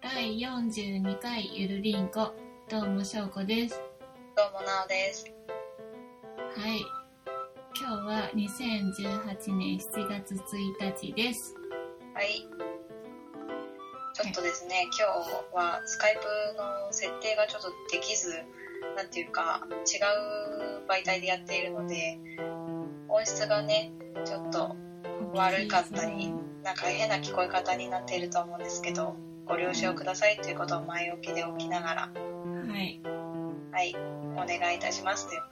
第42回ゆるりんこどうもしょうこですどうもなおです。はい今日は2018年7月1日ですはい。ちょっとですね、今日はスカイプの設定がちょっとできず、なんていうか、違う媒体でやっているので、音質がね、ちょっと悪かったりなんか変な聞こえ方になっていると思うんですけど、ご了承くださいということを前置きで置きながら、はいはい、お願いいたしますというこ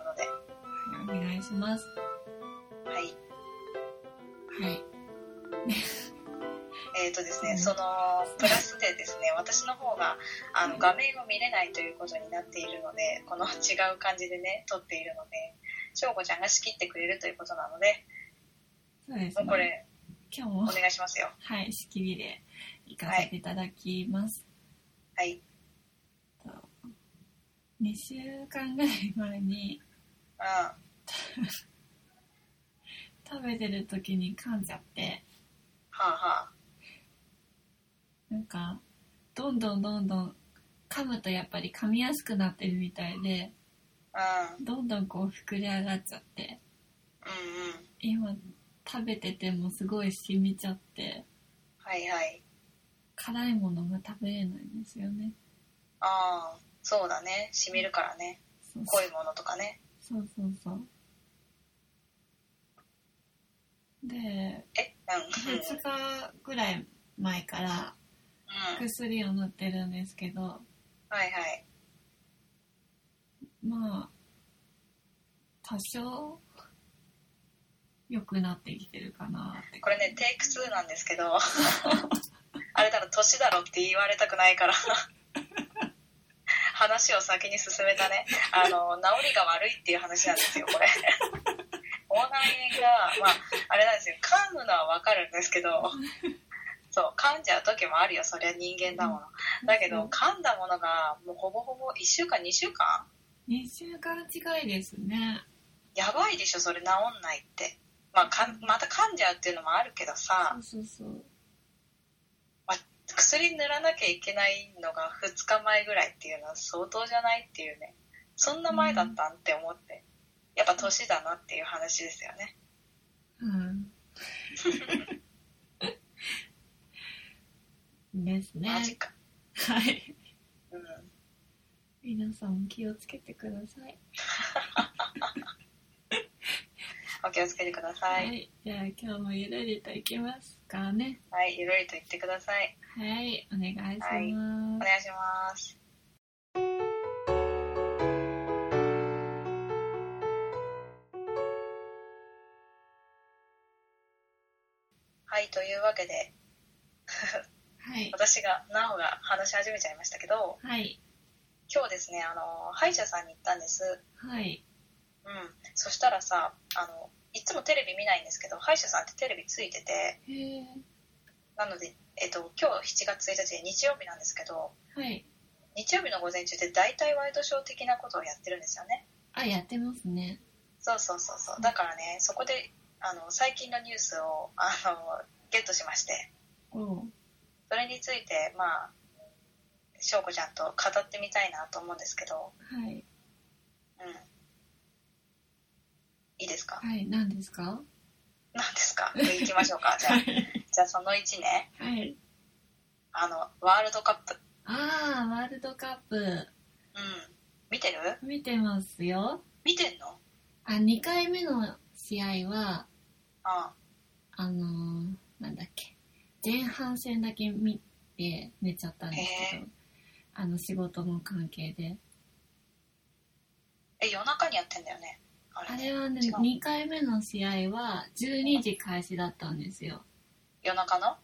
お願いしますとで、はい。はいえーとですうね、んそのプラスでですね私の方があの画面を見れないということになっているのでこの違う感じでね撮っているので翔子ちゃんが仕切ってくれるということなのでそうですもうねこれ今日おも願いしますよはい仕切りで行かせていただきます、はい2週間ぐらい前にあ食べてる時に噛んじゃってはあはあなんかどんどんどんどん噛むとやっぱり噛みやすくなってるみたいでうんどんどんこう膨れ上がっちゃってうんうん今食べててもすごい染みちゃってはいはい辛いものが食べれないんですよねああそうだね染みるからねそう濃いものとかねそうそうそうでえうんうんうん2日ぐらい前から薬を塗ってるんですけどはいはいまあ多少良くなってきてるかなってこれねテイク2なんですけど あれだろ年だろって言われたくないから話を先に進めたねあの治りが悪いっていう話なんですよこれオーナーが、まあ、あれなんですよ噛むのはわかるんですけどそう噛んじゃう時もあるよそりゃ人間だものだけど噛んだものがもうほぼほぼ1週間2週間2週間違いですねやばいでしょそれ治んないって、まあ、かんまた噛んじゃうっていうのもあるけどさ、そうそうそう薬塗らなきゃいけないのが2日前ぐらいっていうのは相当じゃないっていうねそんな前だったんって思ってやっぱ年だなっていう話ですよねうんですねマジか、はいうん、皆さんも気をつけてくださいお気をつけてくださいじゃあ今日もゆるりといきますかねはいゆるりと言ってくださいはいお願いします、はいお願いしますはいというわけではい私がなおが話し始めちゃいましたけどはい今日ですねあの歯医者さんに行ったんですはいうん、そしたらさあのいつもテレビ見ないんですけど歯医者さんってテレビついててへえなので、えっと今日7月1日で日曜日なんですけどはい日曜日の午前中って大体ワイドショー的なことをやってるんですよねあやってますねそうそうそうそうだからねそこであの最近のニュースをあのゲットしましておうそれについてまあ翔子ちゃんと語ってみたいなと思うんですけど、はいうん、いいですかはい何ですか何ですか行きましょ うかじゃあじゃあその1ねはいあの、ワールドカップ。ああワールドカップうん。見てる見てますよ見てんのあ2回目の試合はああのーなんだっけ前半戦だけ見て寝ちゃったんですけど、あの仕事の関係でえ、夜中にやってんだよね。あれあねれはね違う2回目の試合は12時開始だったんですよ夜中の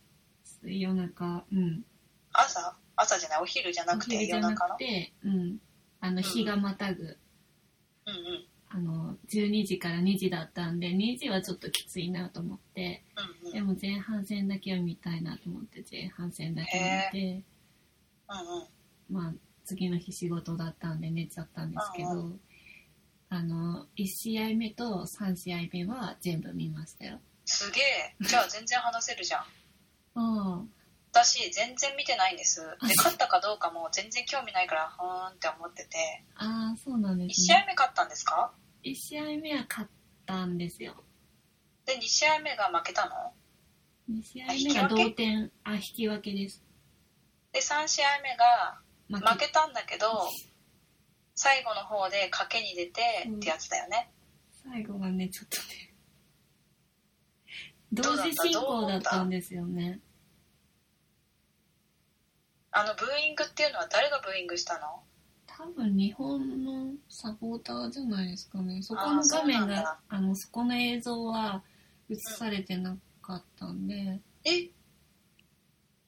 夜中うん朝朝じゃない、お昼じゃなおくて昼じ夜ゃな中のくてうんあのん日がまたぐ、うんうん。あの12時から2時だったんで2時はちょっときついなと思ってうんうん。うでんも前半戦だけは見たいなと思って前半戦だけ見て、うん。まあ、次の日仕事だったんで寝ちゃったんですけうんど、あの、1試合目と3試合目は全部見ましたよ。すげえ。じゃあ全然話せるじゃん。ああ、私全然見てないんですで勝ったかどうかも全然興味ないからふーんって思っててああ、そうなんで1す試合ね。目勝ったんですか1試合目は勝ったんですよ。で2試合目が負けたの2試合目が同点、あ、引き分けです。で3試合目が負負けたんだけど最後の方で賭けに出てってやつだよね、最後がね、ちょっとね。同どうだった時進行だったんですよね。あのブーイングっていうのは誰がブーイングしたの多分日本のサポーターじゃないですかね。そこの画面あそうなんがだ、あの、そこの映像は映されてなかったんで、え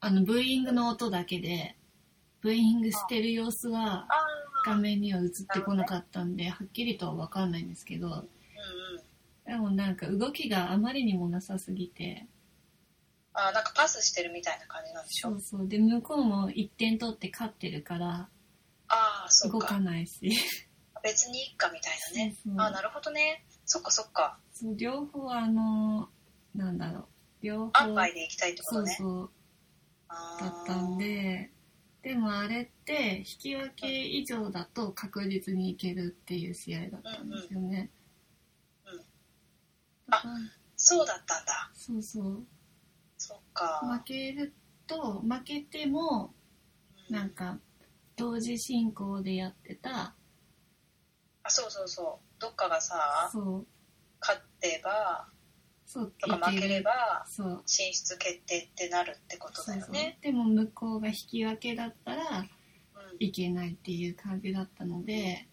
あの、ブーイングの音だけで、ブーイングしてる様子はあ画面には映ってこなかったんで、はっきりとはわかんないんですけど、うんうんでもなんか動きがあまりにもなさすぎて、あなんかパスしてるみたいな感じなんでしそょうそう。で、向こうも1点取って勝ってるから、ああそ動っかかないし。別にいっかみたいなね そうそうあなるほどねそっかそっかそう両方あのなんだろう両方アンパイで行きたいってこそとうねそうだあったんーででもあれって引き分け以上だと確実にいけるっていう試合だったんですよね、うんうんうんだからそうだったんだそうそうそっか、負けると負けてもうんなんか同時進行でやってたあそうそうそうどっかがさそう勝ってばそうとか負ければそう進出決定ってなるってことそだうよそうねでも向こうが引き分けだったらうんいけないっていう感じだったので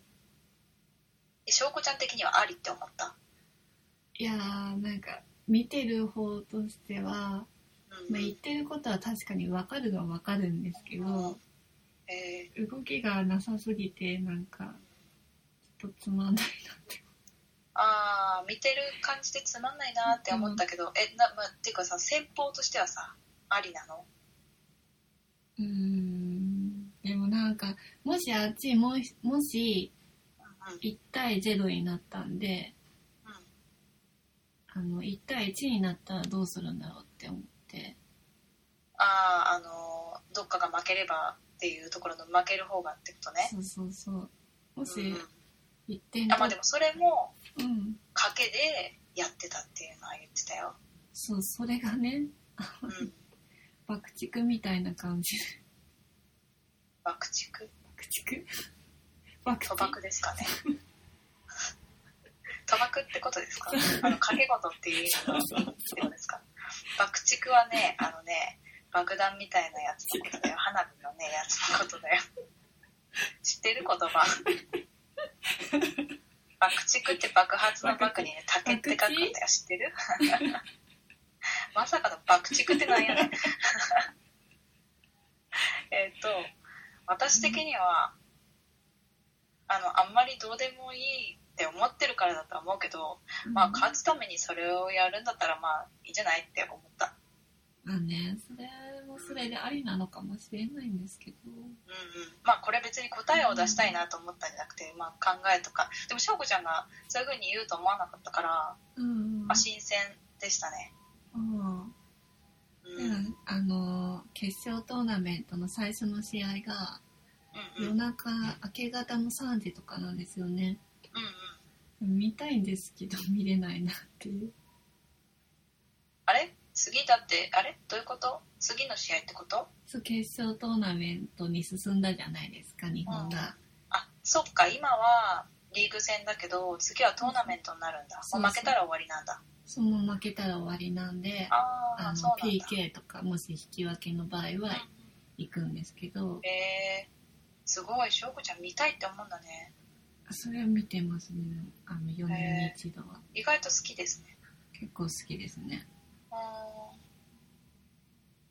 え翔子ちゃん的にはありって思った、いやーなんか見てる方としては、うんまあ、言ってることは確かに分かるのは分かるんですけどえ動きがなさすぎてなんかちょっとつまんないなってーあー見てる感じでつまんないなって思ったけど、えな、まあ、っていうかさ戦法としてはさありなのうーんでもなんかもしあっちもしもしうん1対0になったんでうんあの1対1になったらどうするんだろうって思ってあああのーどっかが負ければっていうところの負ける方がってことねそうそうそうもうんし1点あまあでもそれもうん賭けでやってたっていうのは言ってたよ、そうそれがねうん、爆竹みたいな感じ爆竹爆竹爆賭博ですかね賭博ってことですかあの賭け事っていう意味のってことですか爆竹はねあのね爆弾みたいなやつのことだよ花火のねやつのことだよ知ってる言葉爆竹って爆発の爆にね竹って書くんだよ知ってるまさかの爆竹ってなんやねんえっと私的には、あの、あんまりどうでもいいって思ってるからだとは思うけど、まあ、勝つためにそれをやるんだったら、まあ、いいんじゃないって思った。まあねそれもそれでありなのかもしれないんですけどうんうん。まあ、これ別に答えを出したいなと思ったんじゃなくて、まあ、考えとか。でも、翔子ちゃんがそういうふうに言うと思わなかったから、うんまあ、新鮮でしたね。うんうん。うんう、んあの決勝トーナメントの最初の試合がうん。う夜ん、うん。中明け方の3時とかなんですよね見たいんですけど見れないなっていうあれ次だって、あれどういうこと次の試合ってことそう決勝トーナメントに進んだじゃないですか日本があ、そっか、今は、リーグ戦だけど、次はトーナメントになるんだ。そうそうもう負けたら終わりなんだ。その負けたら終わりなんであああ、のそうなんだ。 PK とかもし引き分けの場合は行くんですけどえー、すごい、翔子ちゃん見たいって思うんだね。それを見てますねあの4年に一度は、意外と好きですね。結構好きですねうーん。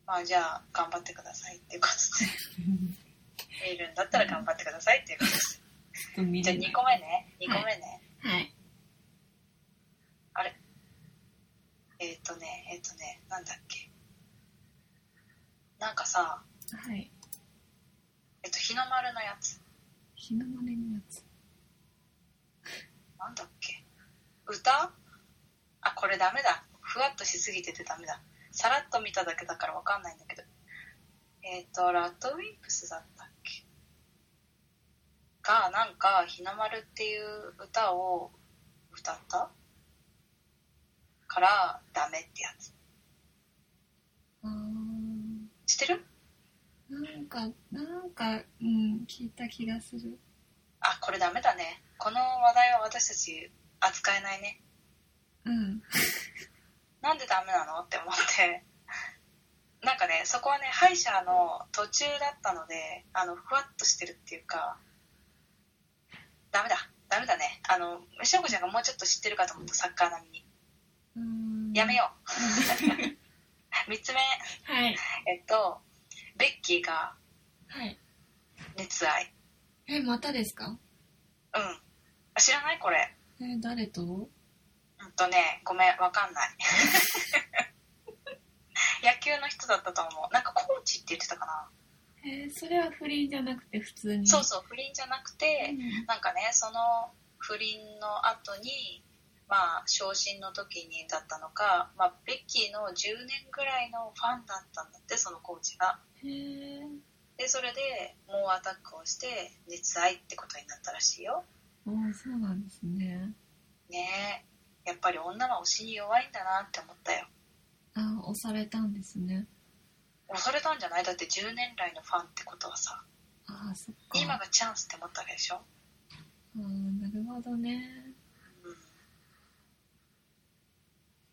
まあじゃあ、頑張ってくださいっていうことで。見るんだったら頑張ってくださいっていうことです。ちょっと見じゃれあな2い個目ね。2個目ね。はいえっ、とね、えっ、とね、なんだっけ。なんかさ、はいえっと、日の丸のやつ。日の丸のやつなんだっけ。歌あ、これダメだ。ふわっとしすぎててダメだ。さらっと見ただけだからわかんないんだけど。えっ、と、ラッドウィンクスだったっけが、なんか、ひなまるっていう歌を歌ったから、ダメってやつ。あー知ってるなんかなんかうん聞いた気がするあ、これダメだね。この話題は私たち扱えないね。うんなんでダメなのって思って。 なんかね、そこはね、歯医者の途中だったので、あの、ふわっとしてるっていうか、ダメだ、ダメだね。あの、しょうこちゃんがもうちょっと知ってるかと思った、サッカー並みに。うんやめよ う。三つ目、はいえっと、ベッキーがはい熱愛。えまたですかうん。あ知らないこれ。え誰とうんとね、ごめん、わかんない。 野球の人だったと思う。なんかコーチって言ってたかな。えーそれは不倫じゃなくて普通にそうそう、不倫じゃなくて、うんなんかね、その不倫の後に、まあ、昇進の時にだったのか、まあ、ベッキーの10年ぐらいのファンだったんだって、そのコーチが。へえで、それで、猛アタックをして、熱愛ってことになったらしいよ。あーそうなんですねねえ、やっぱり女は推しに弱いんだなって思ったよ。あー押されたんですね押されたんじゃないだって10年来のファンってことはさ、ああそっか今がチャンスって思ったわけでしょ。あーなるほどねうん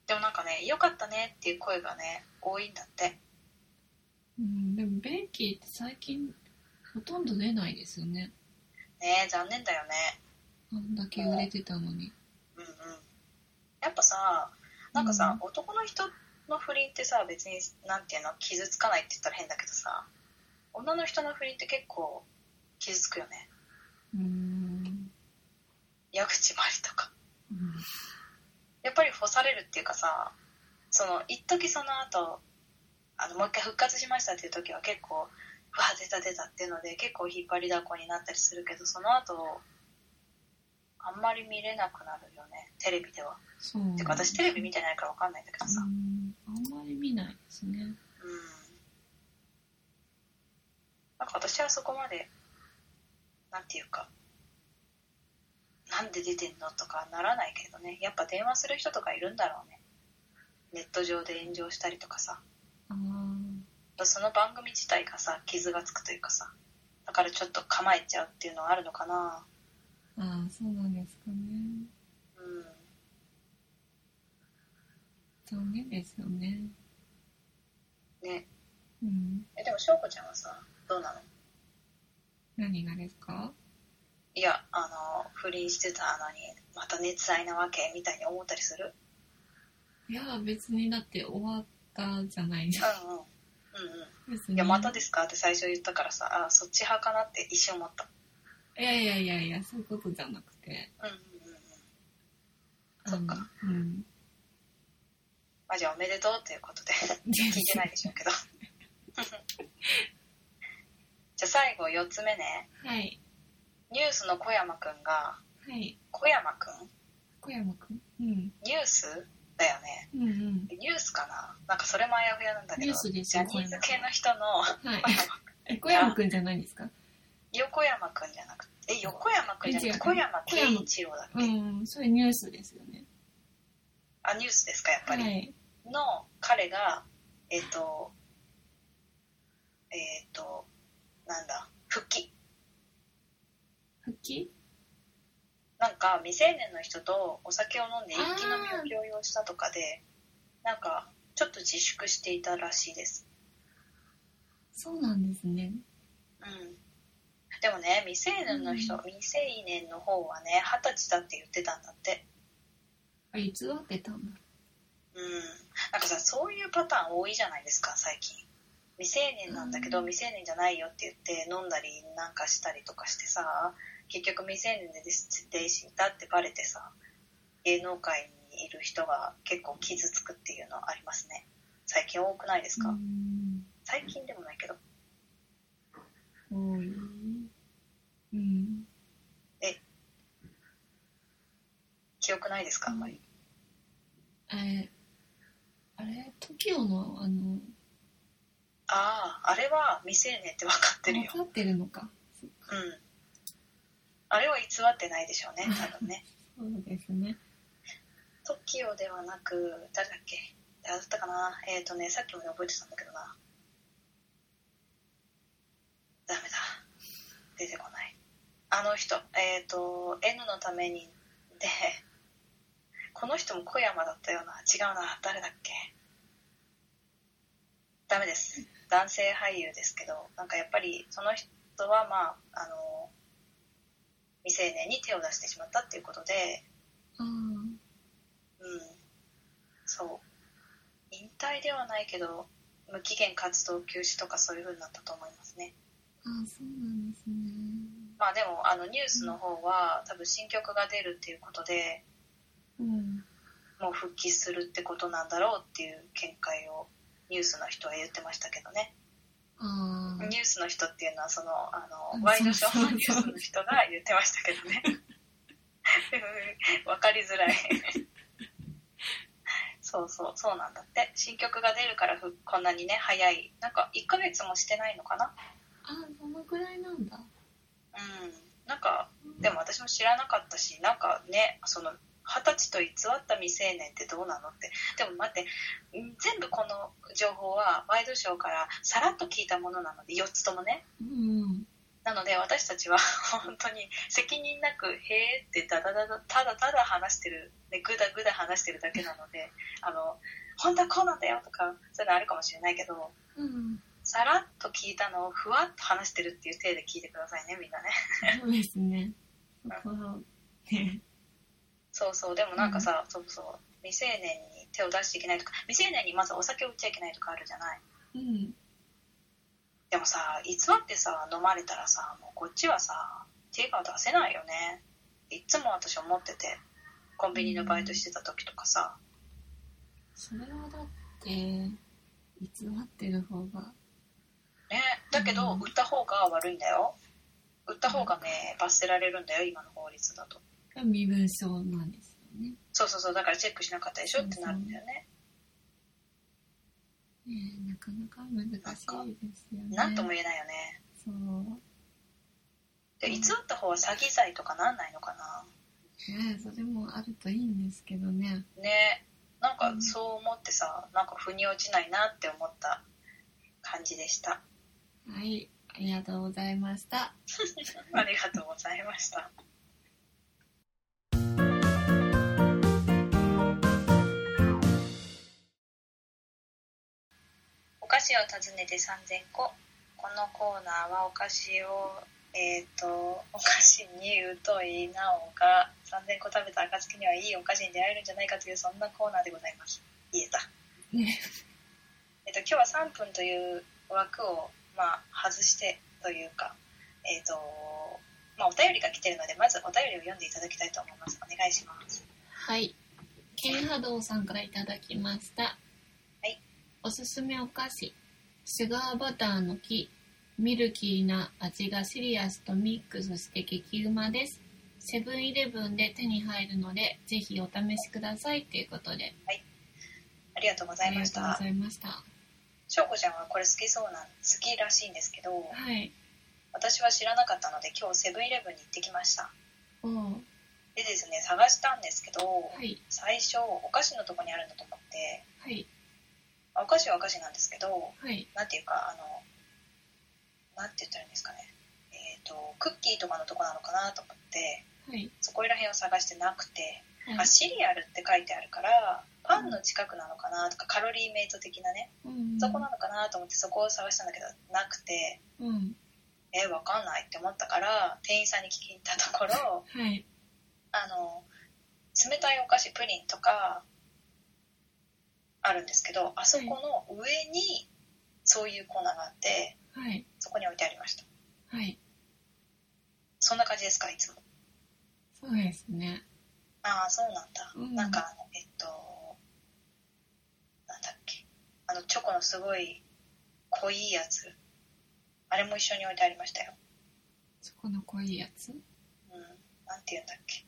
でもなんかね、良かったねっていう声がね、多いんだって。うんでもベッキーって最近ほとんど出ないですよねねえ、残念だよね。あんだけ売れてたのにうんうん。やっぱさ、なんかさ、う男の人の不倫ってさ、別に、なんていうの、傷つかないって言ったら変だけどさ、女の人の不倫って結構傷つくよね。うん矢口まりとか。うんやっぱり干されるっていうかさ、その、一時その後、あの、もう一回復活しましたっていう時は結構、うわ、出た出たっていうので、結構引っ張りだこになったりするけど、その後、あんまり見れなくなるよね、テレビでは。そうてか私テレビ見てないからわかんないんだけどさ。うんあんまり見ないですねうんなんか私はそこまで、なんていうか、なんで出てんのとかならないけどね、やっぱ電話する人とかいるんだろうね。ネット上で炎上したりとかさ、ああその番組自体がさ、傷がつくというかさ、だからちょっと構えちゃうっていうのはあるのかな。ああそうなんですかねうん。残念ですよねね。うんえ、でも、しょうこちゃんはさ、どうなの何がですかいや、あの、不倫してたのに、また熱愛なわけみたいに思ったりするいや別にだって終わったじゃないじゃんうんうん。うんうん。別いにや、またですかって最初言ったからさ、あ、そっち派かなって一瞬思った。いやいやいやいやそういうことじゃなくてうんうんうんうん。あのそっかうんまあ、じゃあおめでとうということ で、聞いてないでしょうけど。 じゃあ最後4つ目ね。はいニュースの小山くんが、はい小山くん小山くんうんニュースだよね。うんうんニュースかななんかそれもあやふやなんだけど、ニュースですジャよニーズ系の人の、はいえ小山くんじゃないですか横山くんじゃなくて、え、横山くんじゃなくて、小え違う山圭一郎だっけ、うんそれニュースですよねあ、ニュースですか、やっぱはり。いの彼が、えっ、と、えっ、と、なんだ、復帰。復帰なんか、未成年の人とお酒を飲んで一あー気飲みを強要したとかで、なんか、ちょっと自粛していたらしいです。そうなんですねうん。でもね、未成年の人、う未成年の方はね、二十歳だって言ってたんだって。あいつってたんだうん。なんかさ、そういうパターン多いじゃないですか、最近。未成年なんだけど、うん未成年じゃないよって言って、飲んだりなんかしたりとかしてさ、結局未成年で設定したってバレてさ、芸能界にいる人が結構傷つくっていうのありますね。最近多くないですか、うん最近でもないけど。多いうん記憶ないですかあんまり。あれあれ TOKIO のあのああ、あれは未未成年って分かってるよ。分かってるのか。そっうかん。あれは偽ってないでしょうね、多分ね。そうですね。 TOKIO ではなく、誰だっけ誰だったかなえっ、ー、とね、さっきまで覚えてたんだけどな。ダメだ。出てこない。あの人、えっ、ー、と、N のために、で、この人も小山だったような。違うな。誰だっけダメです。男性俳優ですけど、なんかやっぱりその人は、まあ、あの、未成年に手を出してしまったっていうことで、あうん、そう引退ではないけど無期限活動休止とかそういう風になったと思いますねあ、ああ、そうなんですね。まあでもあのニュースの方は多分新曲が出るっていうことでうん。もう復帰するってことなんだろうっていう見解をニュースの人は言ってましたけどねああニュースの人っていうのはそのあうんのワイドショーのニュースの人が言ってましたけ どねわかりづらいそうそうそうなんだって新曲が出るからふこんなにね早いなんか1ヶ月もしてないのかなあ、そのくらいなんだ。うんなんかでも私も知らなかったしなんかねその二十歳と偽った未成年ってどうなのってでも待ってん全部この情報はワイドショーからさらっと聞いたものなので4つともねうん。なので私たちは 本当に責任なく「へえ」ってだだだだただただ話してる、ね、ぐだぐだ話してるだけなので あの本当はこうなんだよとかそういうのあるかもしれないけどうん。さらっと聞いたのをふわっと話してるっていう体で聞いてくださいねみんなね そうですね。そこは、ね。そうそうでもなんかさ、そうそう未成年に手を出していけないとか未成年にまずお酒を売っちゃいけないとかあるじゃないうん。でもさ偽ってさ飲まれたらさもうこっちはさ手が出せないよねいっつも私思っててコンビニのバイトしてた時とかさそれはだって、偽ってる方が。ねだけどうん売った方が悪いんだよ売った方がね罰せられるんだよ今の法律だと身分証なんですよね。そうそうそうだからチェックしなかったでしょってなるんだよねねえなかなか難しいですよね。なんとも言えないよねそう。で偽った方は詐欺罪とかなんないのかなねえそれもあるといいんですけどね。ねなんかそう思ってさなんか腑に落ちないなって思った感じでしたはい。ありがとうございました。ありがとうございました。お菓子を訪ねて3000個。このコーナーはお菓子を、えっ、と、お菓子に疎いなおが3000個食べた暁にはいいお菓子に出会えるんじゃないかというそんなコーナーでございます。言えた。ねえっ、と、今日は3分という枠を、まあ、外してというか、えっ、と、まあ、お便りが来てるので、まずお便りを読んでいただきたいと思います。お願いします。はい。ケンハドウさんからいただきました。はい。おすすめお菓子。シュガーバターの木。ミルキーな味がシリアスとミックスして激うまです。セブンイレブンで手に入るので、ぜひお試しくださいということで。ありがとうござあいりがましとうごた。ざいました。しょうこちゃんはこれ好きそうなん、好きらしいんですけど、はい。私は知らなかったので、今日セブンイレブンに行ってきました。おーでですね、探したんですけど、はい。最初、お菓子のとこにあるんだと思って、はい。まあお菓子はお菓子なんですけど、はい。なんていうか、あの、なんて言ったらいいんですかね。えっ、と、クッキーとかのとこなのかなと思って、はい。そこら辺を探してなくて、はあい。シリアルって書いてあるからパンの近くなのかなとかカロリーメイト的なねうんそこなのかなと思ってそこを探したんだけどなくてうん。えわかんないって思ったから店員さんに聞きに行ったとこ ろはい。あの冷たいお菓子プリンとかあるんですけどあそこの上にそういうコーナーがあってはい。そこに置いてありましたはい。そんな感じですかいつもそうですね。ああそうなんだ、うんなんかあのえっとなんだっけあのチョコのすごい濃いやつあれも一緒に置いてありましたよ、そこの濃いやつ。うん、なんて言うんだっけ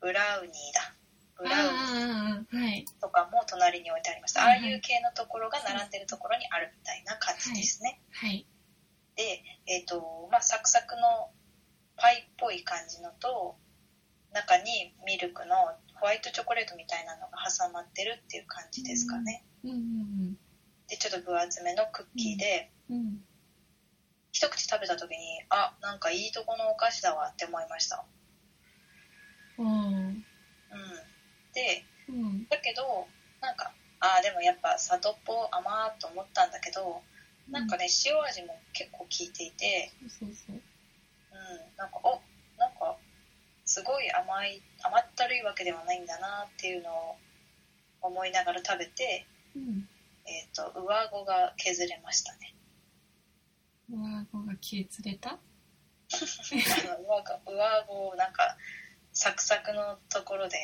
ブラウニーだあブラウンあああはいとかも隣に置いてありました。はあいあいう系のところが並んでるところにあるみたいな感じですね。はいで、えっ、と、まあ、サクサクのパイっぽい感じのと、中にミルクのホワイトチョコレートみたいなのが挟まってるっていう感じですかね。うんうんで、ちょっと分厚めのクッキーで、うんうん一口食べた時に、あ、なんかいいとこのお菓子だわって思いました。あうん。で、ーうんだけど、なんか、あーでもやっぱ里っぽ甘ーっと思ったんだけど、なんかね、塩味も結構効いていて、うんそうそうそううん、なんか、おなんか、すごい甘い、甘ったるいわけではないんだなっていうのを思いながら食べて、うんえっ、と、上顎が削れましたね。上顎が消えつれたあの 上顎上顎をなんか、サクサクのところで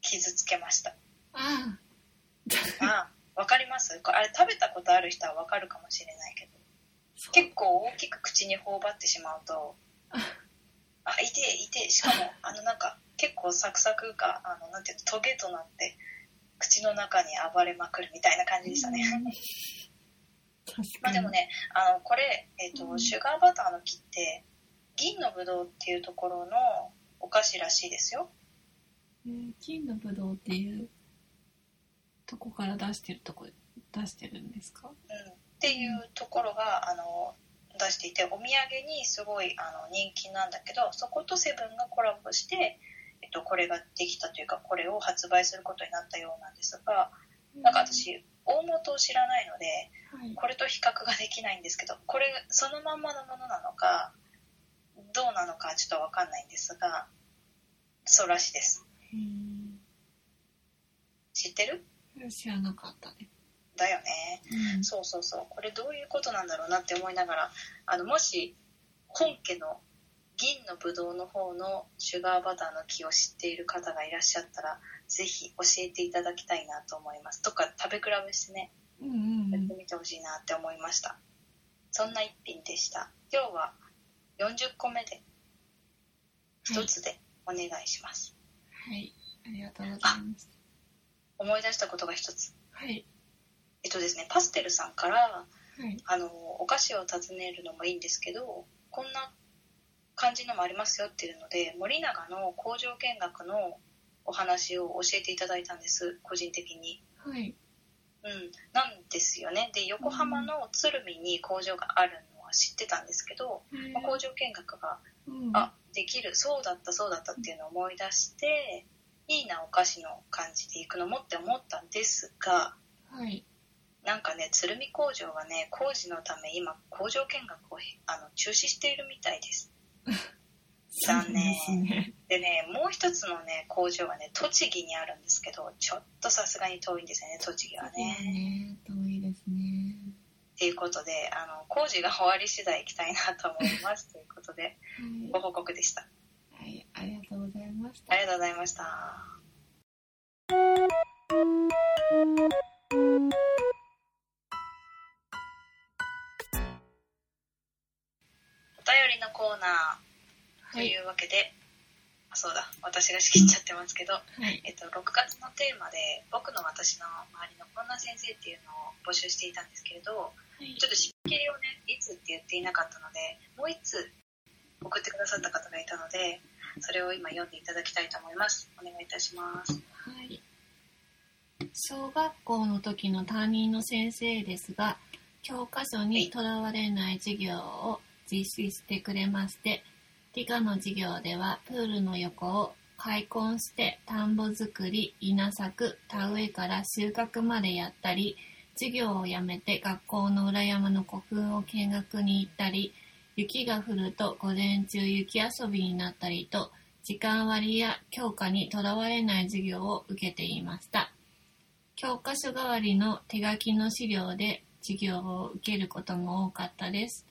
傷つけました。ああー、わかりますこれあれ食べたことある人はわかるかもしれないけど、あ結構大きく口に頬張ってしまうと、あ、いてえいて え、しかも、あの、なんか、結構サクサクが、あの、なんていうの、トゲとなって、口の中に暴れまくるみたいな感じでしたね。確かにまあでもね、あの、これ、えっ、うと、んシュガーバターの木って、銀のぶどうっていうところのお菓子らしいですよ。えー金のぶどうっていうとこから出してるとこ出してるんですかうん。っていうところが、あの、出していて、お土産にすごいあの人気なんだけど、そことセブンがコラボして、えっと、これができたというか、これを発売することになったようなんですが、なんか私、大元を知らないので、はいこれと比較ができないんですけど、これそのまんまのものなのか、どうなのかちょっとわかんないんですが、そうらしいです。知ってるえー知らなかったねだよね。うんそうそうそう。これどういうことなんだろうなって思いながら、あの、もし、本家の銀のぶどうの方のシュガーバターの木を知っている方がいらっしゃったら、ぜひ教えていただきたいなと思います。とか、食べ比べしてね、うんうんうやっんてみてほしいなって思いました、そんな一品でした今日は40個目ではい一つでお願いします、はいありがとうございます思い出したことが一つはいえっとですねパステルさんからはいあのお菓子を尋ねるのもいいんですけどこんな感じのもありますよっていうので森永の工場見学のお話を教えていただいたんです個人的にはいうん、なんですよねで横浜の鶴見に工場があるのは知ってたんですけど、まあ工場見学が、うんあできるそうだったそうだったっていうのを思い出していいなお菓子の感じで行くのもって思ったんですがはいなんかね鶴見工場がね工事のため今工場見学をへあの中止しているみたいです残念そうですねでねもう一つのね工場はね栃木にあるんですけどちょっとさすがに遠いんですよね栃木はね。ね遠いですねっていうことで、あの、工事が終わり次第行きたいなと思います。ということで、はご報告でした。いはいありがとうございましたありがとうございました。お便りのコーナーとはいいうわけで、あそうだ、私が仕切っちゃってますけど、はいえっと、6月のテーマで、僕の私の周りのこんな先生っていうのを募集していたんですけれど、はいちょっと締め切りをね、いつって言っていなかったので、もう1通送ってくださった方がいたので、それを今読んでいただきたいと思います。お願いいたします。はい。小学校の時の担任の先生ですが、教科書にとらわれない授業を実施してくれまして、理科の授業ではプールの横を開墾して田んぼ作り、稲作、田植えから収穫までやったり、授業をやめて学校の裏山の古墳を見学に行ったり、雪が降ると午前中雪遊びになったりと、時間割や教科にとらわれない授業を受けていました教科書代わりの手書きの資料で授業を受けることも多かったです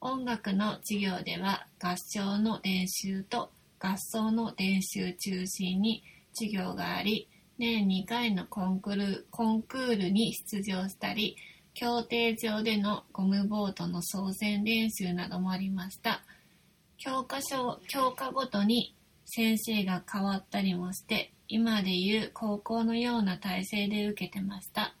音楽の授業では合唱の練習と合奏の練習中心に授業があり年2回のコンクールコンクールに出場したり競艇場でのゴムボートの操船練習などもありました教科書教科ごとに先生が変わったりもして今でいう高校のような体制で受けてました。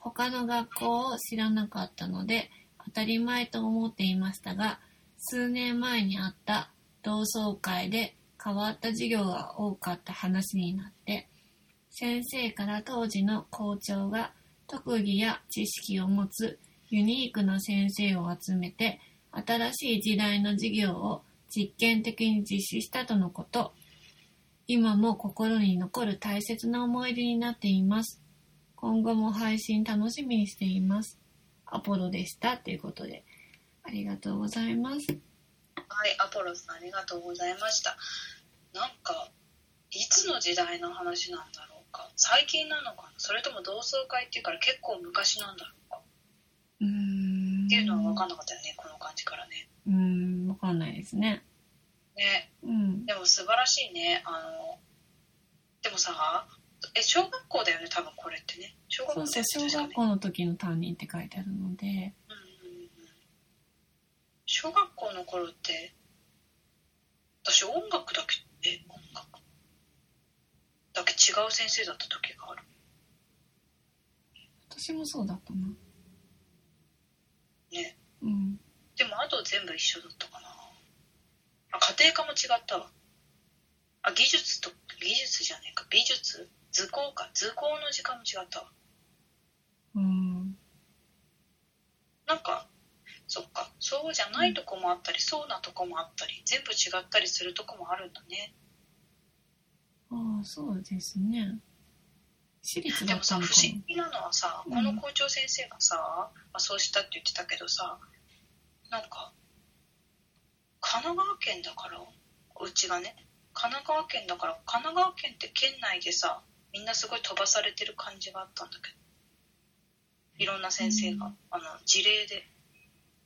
他の学校を知らなかったので、当たり前と思っていましたが、数年前にあった同窓会で変わった授業が多かった話になって、先生から当時の校長が特技や知識を持つユニークな先生を集めて新しい時代の授業を実験的に実施したとのこと今も心に残る大切な思い出になっています今後も配信楽しみにしていますアポロでしたということでありがとうございますはい、アポロさんありがとうございました。なんか、いつの時代の話なんだろうか。最近なのかなそれとも同窓会っていうから結構昔なんだろうか。うーんっていうのは分かんなかったよね、この感じからね。うーんわかんないですねね、うんでも素晴らしいね。あの、でもさ、え、小学校だよね、多分これってね。小学校そうそう小だよ学ね。校の時の担任って書いてあるのでうんうんうん小学校の頃って私音楽だけえ音楽だけ違う先生だった時がある私もそうだったなねうんでもあと全部一緒だったかなあ家庭科も違ったわあ技術と技術じゃねえか美術図工か図工の時間も違ったわうんなんかそっかそうじゃないとこもあったりそうなとこもあったり全部違ったりするとこもあるんだねああそうですね私立でだっもたさの不か思議なのはさうんこの校長先生がさ、まあ、そうしたって言ってたけどさなんか神奈川県だからうちがね神奈川県だから神奈川県って県内でさみんなすごい飛ばされてる感じがあったんだけどいろんな先生が、うあの事例で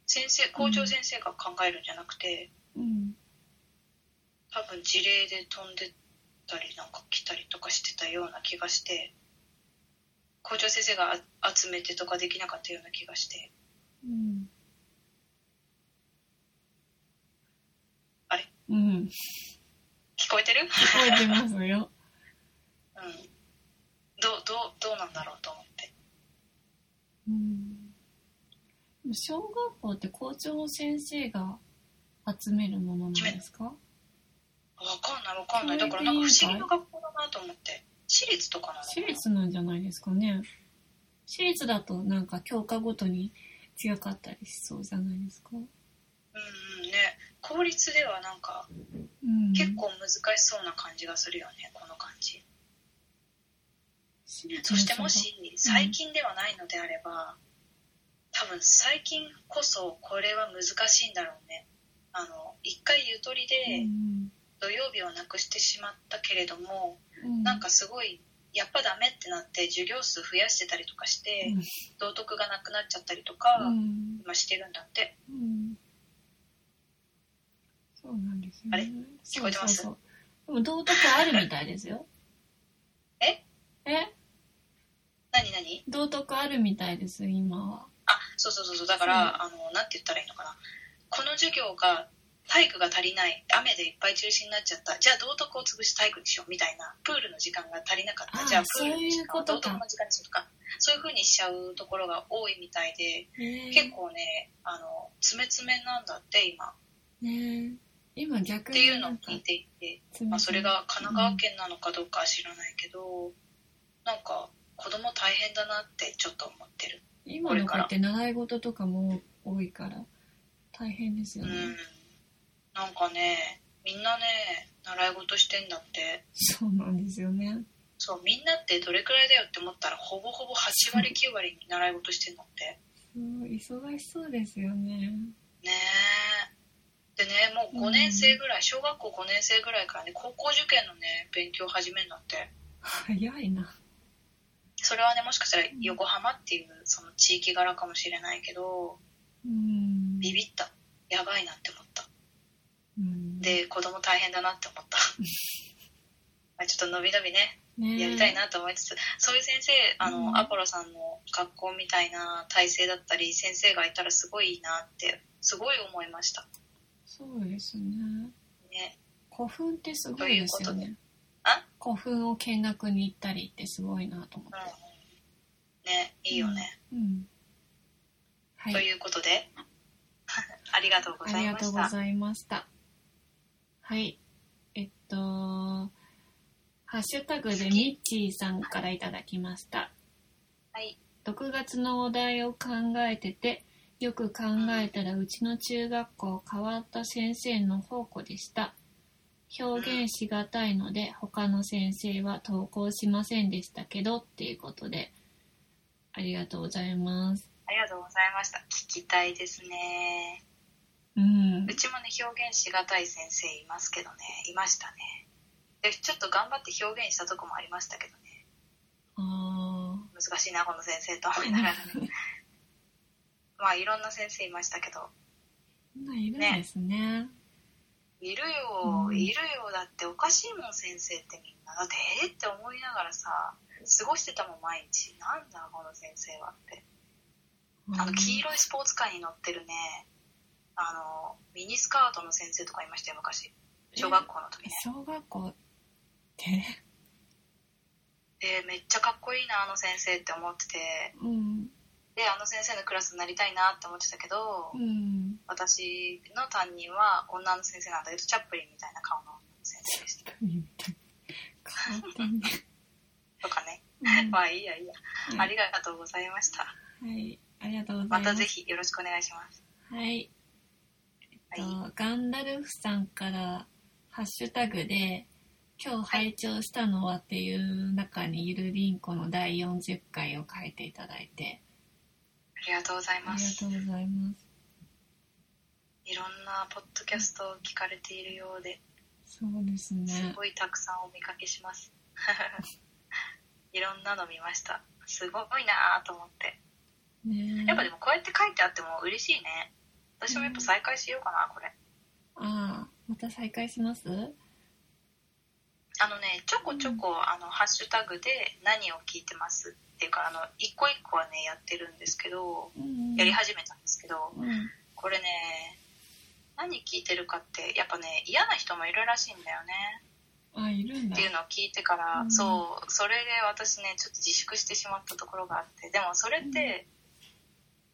先生校長先生が考えるんじゃなくてなうん多分事例で飛んでったりなんか来たりとかしてたような気がして校長先生があ集めてとかできなかったような気がしてうんあれうん聞こえてる、うん、聞こえてます よどうどうどうなんだろうと思ってうんでも小学校って校長の先生が集めるものなんですかわかんないわかんないだからなんか不思議な学校だなと思って私立とかなのかな私立なんじゃないですかね私立だとなんか教科ごとに違かったりしそうじゃないですか、うんうんね公立ではなんかうん、結構難しそうな感じがするよねこの感じ私立そのして方がもし最近ではないのであれば、多分最近こそこれは難しいんだろうね。あの一回ゆとりうでん土曜日をなくしてしまったけれども、うんなんかすごいやっぱダメってなって授業数増やしてたりとかして、うん道徳がなくなっちゃったりとか、うん今してるんだって。うんそうなんですよ、ね。あれそう聞こえてますそうそうでも道徳あるみたいですよ。 ええ何何？道徳あるみたいです、今は。あそうそうそうそうだから、あのなんて言ったらいいのかな。この授業が体育が足りない雨でいっぱい中止になっちゃったじゃあ道徳を潰して体育にしようみたいなプールの時間が足りなかっあたーじゃあプールの時間をそういうこ道とか徳の時間にするとかそういうふうにしちゃうところが多いみたいでね結構ねあの詰め詰めなんだって今っね今逆ていうのをなんか聞いていて、詰めまあ、それが神奈川県なのかどうかは知らないけどなんか子供大変だなってちょっと思ってる。今の子って習い事とかも多いから大変ですようね。んなんかねみんなね習い事してんだって。そうなんですよね。そうみんなってどれくらいだよって思ったらほぼほぼ8割9割に習い事してるのってそう忙しそうですよね。ねえでねもう5年生ぐらい、小学校5年生ぐらいからね高校受験のね勉強を始めるんだって早いな。それはねもしかしたら横浜っていうその地域柄かもしれないけどうん。ビビったやばいなって思ったうん、で子供大変だなって思ったまあちょっと伸び伸びねねやりたいなと思いつつ、そういう先生あの、うんアポロさんの学校みたいな体制だったり先生がいたらすごいいいなってすごい思いましたそうですね。ね古墳ってすごいですよというね。あ古墳を見学に行ったりってすごいなと思って。うん。ね、いいよね。うん。はとい。いうことで、 ありがとうごあざりいがまとうしごた。ざいました。はい。えっと、ハッシュタグでミッチーさんからいただきました。はい。 6月のお題を考えててよく考えたらうちの中学校変わった先生の宝庫でした表現しがたいので他の先生は投稿しませんでしたけどっていうことでありがとうございますありがとうございました。聞きたいですね。うんうちもね、表現しがたい先生いますけどね、いましたね。で、ちょっと頑張って表現したとこもありましたけどね。あ難しいな、この先生と思いな がらね。まあ、いろんな先生いましたけど、ーそんなんいるんですねいるよ、うんいるよ、だっておかしいもん、先生ってみんな。だって、えーって思いながらさ、過ごしてたもん、毎日。なんだ、この先生はって。あの、黄色いスポーツカーに乗ってるね、あの、ミニスカートの先生とかいましたよ、昔。小学校の時えね。小学校ってで、めっちゃかっこいいな、あの先生って思ってて、うんで、あの先生のクラスになりたいなって思ってたけど、 うん私の担任は女の先生なんだけど、チャップリンみたいな顔の先生でした。みたい変わってとかね。んねまあ、いいや、いいや。うんありがとうございました。はい、ありがとうございま。ますたぜひよろしくお願いします。はい。えっと、はガンダルフさんからハッシュタグで、今日拝聴したのはっていう中にいるリンコの第40回を書いていただいて、ありがとうございあまりす。がとうございます。いろんなポッドキャストを聞かれているようで、そうですすね。ごいたくさんお見かけします。 いろんなの見ました。すごいなぁと思って。ねやっぱでもこうやって書いてあっても嬉しいね。私もやっぱ再開しようかな、これ。ああ、また再開しますあのね、ちょこちょこ、あの、ハッシュタグで何を聞いてますっていうか、あの、一個一個はね、やってるんですけど、うんやり始めたんですけど、うん。これね、何聞いてるかって、やっぱね、嫌な人もいるらしいんだよね。あ、いるんだってい。うのを聞いてから、うんそう、それで私ね、ちょっと自粛してしまったところがあって、でもそれって、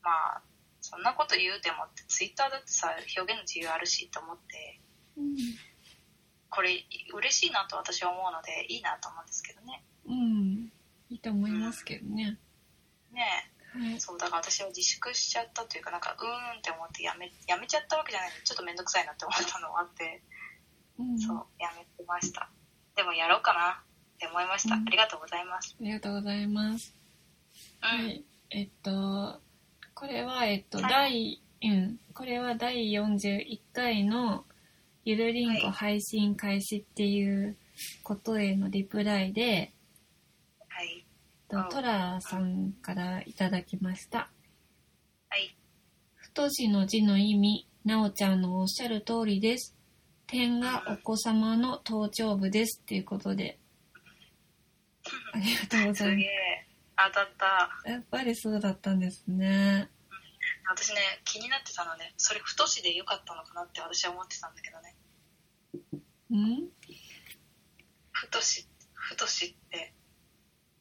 まあ、そんなこと言うてもって、ツイッターだってさ、表現の自由あるしと思って、うん。これ嬉しいなと私は思うので、いいなと思うんですけどね。うん。いいと思いますけどね。ねはいえ、。そう、だから私は自粛しちゃったというか、なんか、うーんって思ってやめ、やめちゃったわけじゃないので、ちょっとめんどくさいなって思ったのもあって、うん。そうあ、やめてました。でもやろうかなって思いました。うんありがとうございます。りがとうございます。うん。ははい。い、えっと、これは、えっと、は第、うん、これは第41回のゆるりんご配信開始っていうことへのリプライで、はい。えっとトラさんからいただきました。はい。太字の字の意味、なおちゃんのおっしゃる通りです。点がお子様の頭頂部ですっていうことで。ありがとうござすいげまえ。当たった。す。やっぱりそうだったんですね。私ね、気になってたのね、それ太しでよかったのかなって私は思ってたんだけどね。うん太し、太しって、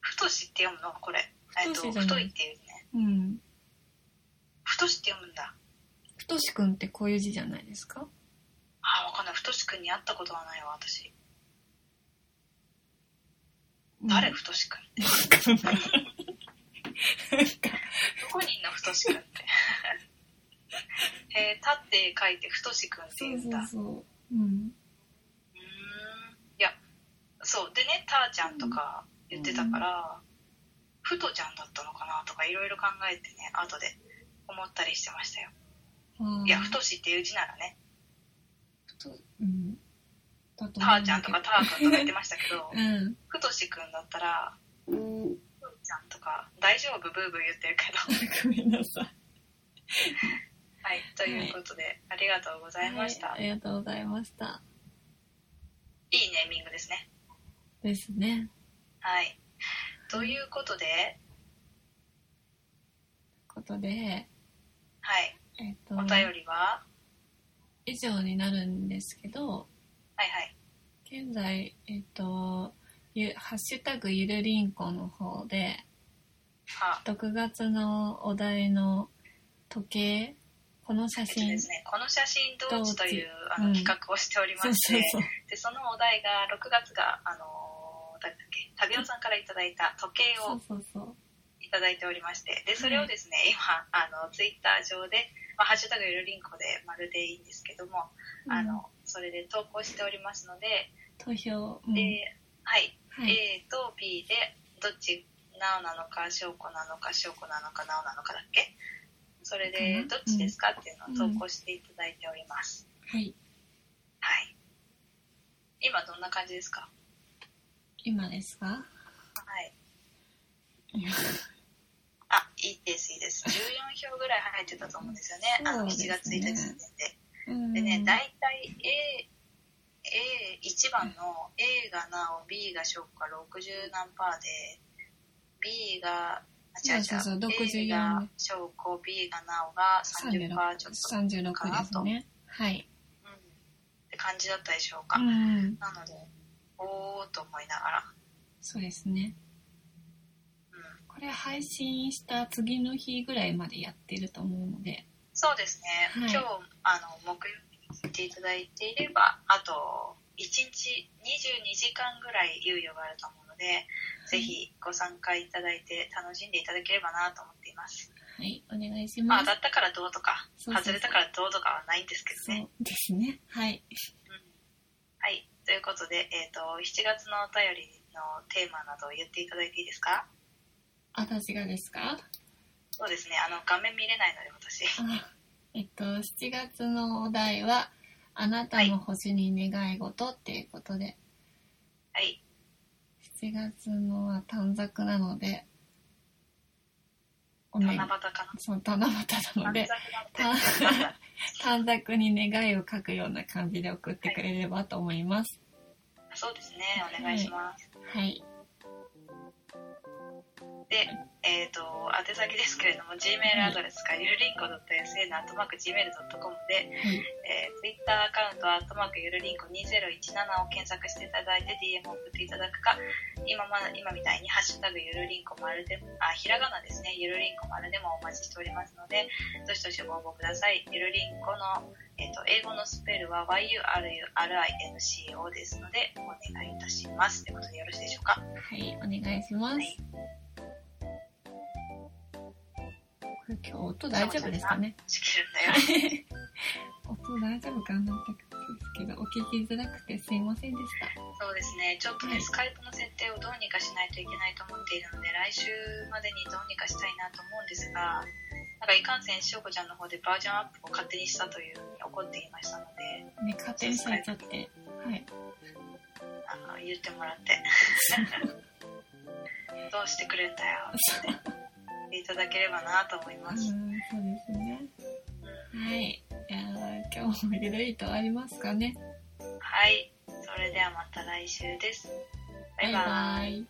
太しって読むのこれ。えっと、太しじゃな太いいっていうね。うん。太しって読むんだ。ふとしくんってこういう字じゃないですかあー、わかんない。太しくんに会ったことはないわ、私。誰、うん太しくん。なんかどこにいんの、太しく んって。えー、立って書いて太しくんってそ言ううんそだ。うそう。うん。うーんいやそうでね「たーちゃん」とか言ってたから「ふとちゃん」だったのかなとかいろいろ考えてね後で思ったりしてましたよあーいや「ふとし」っていう字ならねふと、うん。だ「とた思うーんちゃだん」とけか「ど。たーくん」とか言ってましたけど うん。ふとしくんだったら「ふーちゃん」とか「大丈夫ブーブー言ってるけど ごめんなさい。はいということで、ありがとうございました、はいい、ありがとうございました。いネーミングですねですね。はいということでということで、はいえっ、とお、便りは以上になるんですけど、はいはい現在、えっと、ゆハッシュタグゆるりんこの方で、あ、 6月のお題の時計、この写えっとで真、すね、この写真どうちというあのうん企画をしておりまそうして、そうそう。でそのお題が6月があのー誰だっけ旅男さんからいただいた時計そをうそうそう。いただいておりましてでそれをですね、今あのツイッター上で「まあ、ハッシュタグゆるりんこ」で「丸でいいんですけども、あうんのそれで投稿しておりますので、投票、うんではい、はい、 A と B でどっちなおなのかしょうこなのかしょうこなのかなおなのかだっけそれでかなどっちですかっていうのうをん投稿していただいております、はい、はい今どんな感じですか今ですかはい あいいですいいです14票ぐらい入ってたと思うんですよねあの7そうです月ね1日時点でうんでね、大体 A、A、1番の A がなお、B がショックが60何パーで、B が、あ違う違うそうそうそう A 64がねショック、B がなおが30パーちょっと、うん、36っですね。はい。て感じだったでしょうか。うん、なので、おーと思いながら、そうですね。うん、これ配信した次の日ぐらいまでやってると思うので、そうですね、はい今日、あの、木曜日に聞いていただいていれば、あと、1日22時間ぐらい猶予があると思うので、ぜひご参加いただいて楽しんでいただければなと思っています。はい、お願いしまあま当すた。ったからどうとか、そうそうそう外れたからどうとかはないんですけどそね。うですね。はい。うんはい。ということで、えっ、と、7月のお便りのテーマなどを言っていただいていいですか私がですかそうですね。あの、画面見れないので私。あえっと、7月のお題は、あなたの星に願い事っていうことで、はい。 7月のは短冊なので、お七願夕いかなその七夕なの短で冊、なんて短 短冊に願いを書くような感じで送ってくれればと思います。そうですね。お願いします。はい。で、えっ、と、宛先ですけれども、Gmail アドレスがゆるりんこ .sn.gmail.com で、はい。えー、Twitter アカウントは、アットマークゆるりんこ2017を検索していただいて DM を送っていただくか、今ま、今みたいに、ハッシュタグゆるりんこ丸でも、あ、ひらがなですね、ゆるりんこ丸でもお待ちしておりますので、どしどしご応募ください。ゆるりんこの、えっ、と、英語のスペルは YURURINCO ですので、お願いいたします。ということでよろしいでしょうか。はい、お願いします。はいこれ今日音大丈夫ですかね仕切るんだよ。音大丈夫かなってですけど、お聞きづらくてすいませんでした。そうですね、ちょっとはね、いスカイプの設定をどうにかしないといけないと思っているので、来週までにどうにかしたいなと思うんですが、なんかいかんせん、しおこちゃんの方でバージョンアップを勝手にしたというふうに怒っていましたので、ね、勝手にされちゃって。はい。あの言ってもらって、 どうしてくれんだよって言っていただければなと思いうん、まそうす。ですね。うんはい。いやー今日もゆるりと終わりますかね。はい、それではまた来週です。バイバイ。バイ。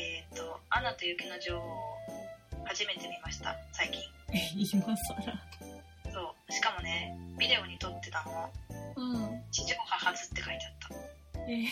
えっ、と、アナと雪の女王を初めて見ました、最近。 今更。そうしかもねビデオに撮ってたのはうん。地上波初って書いてあったえー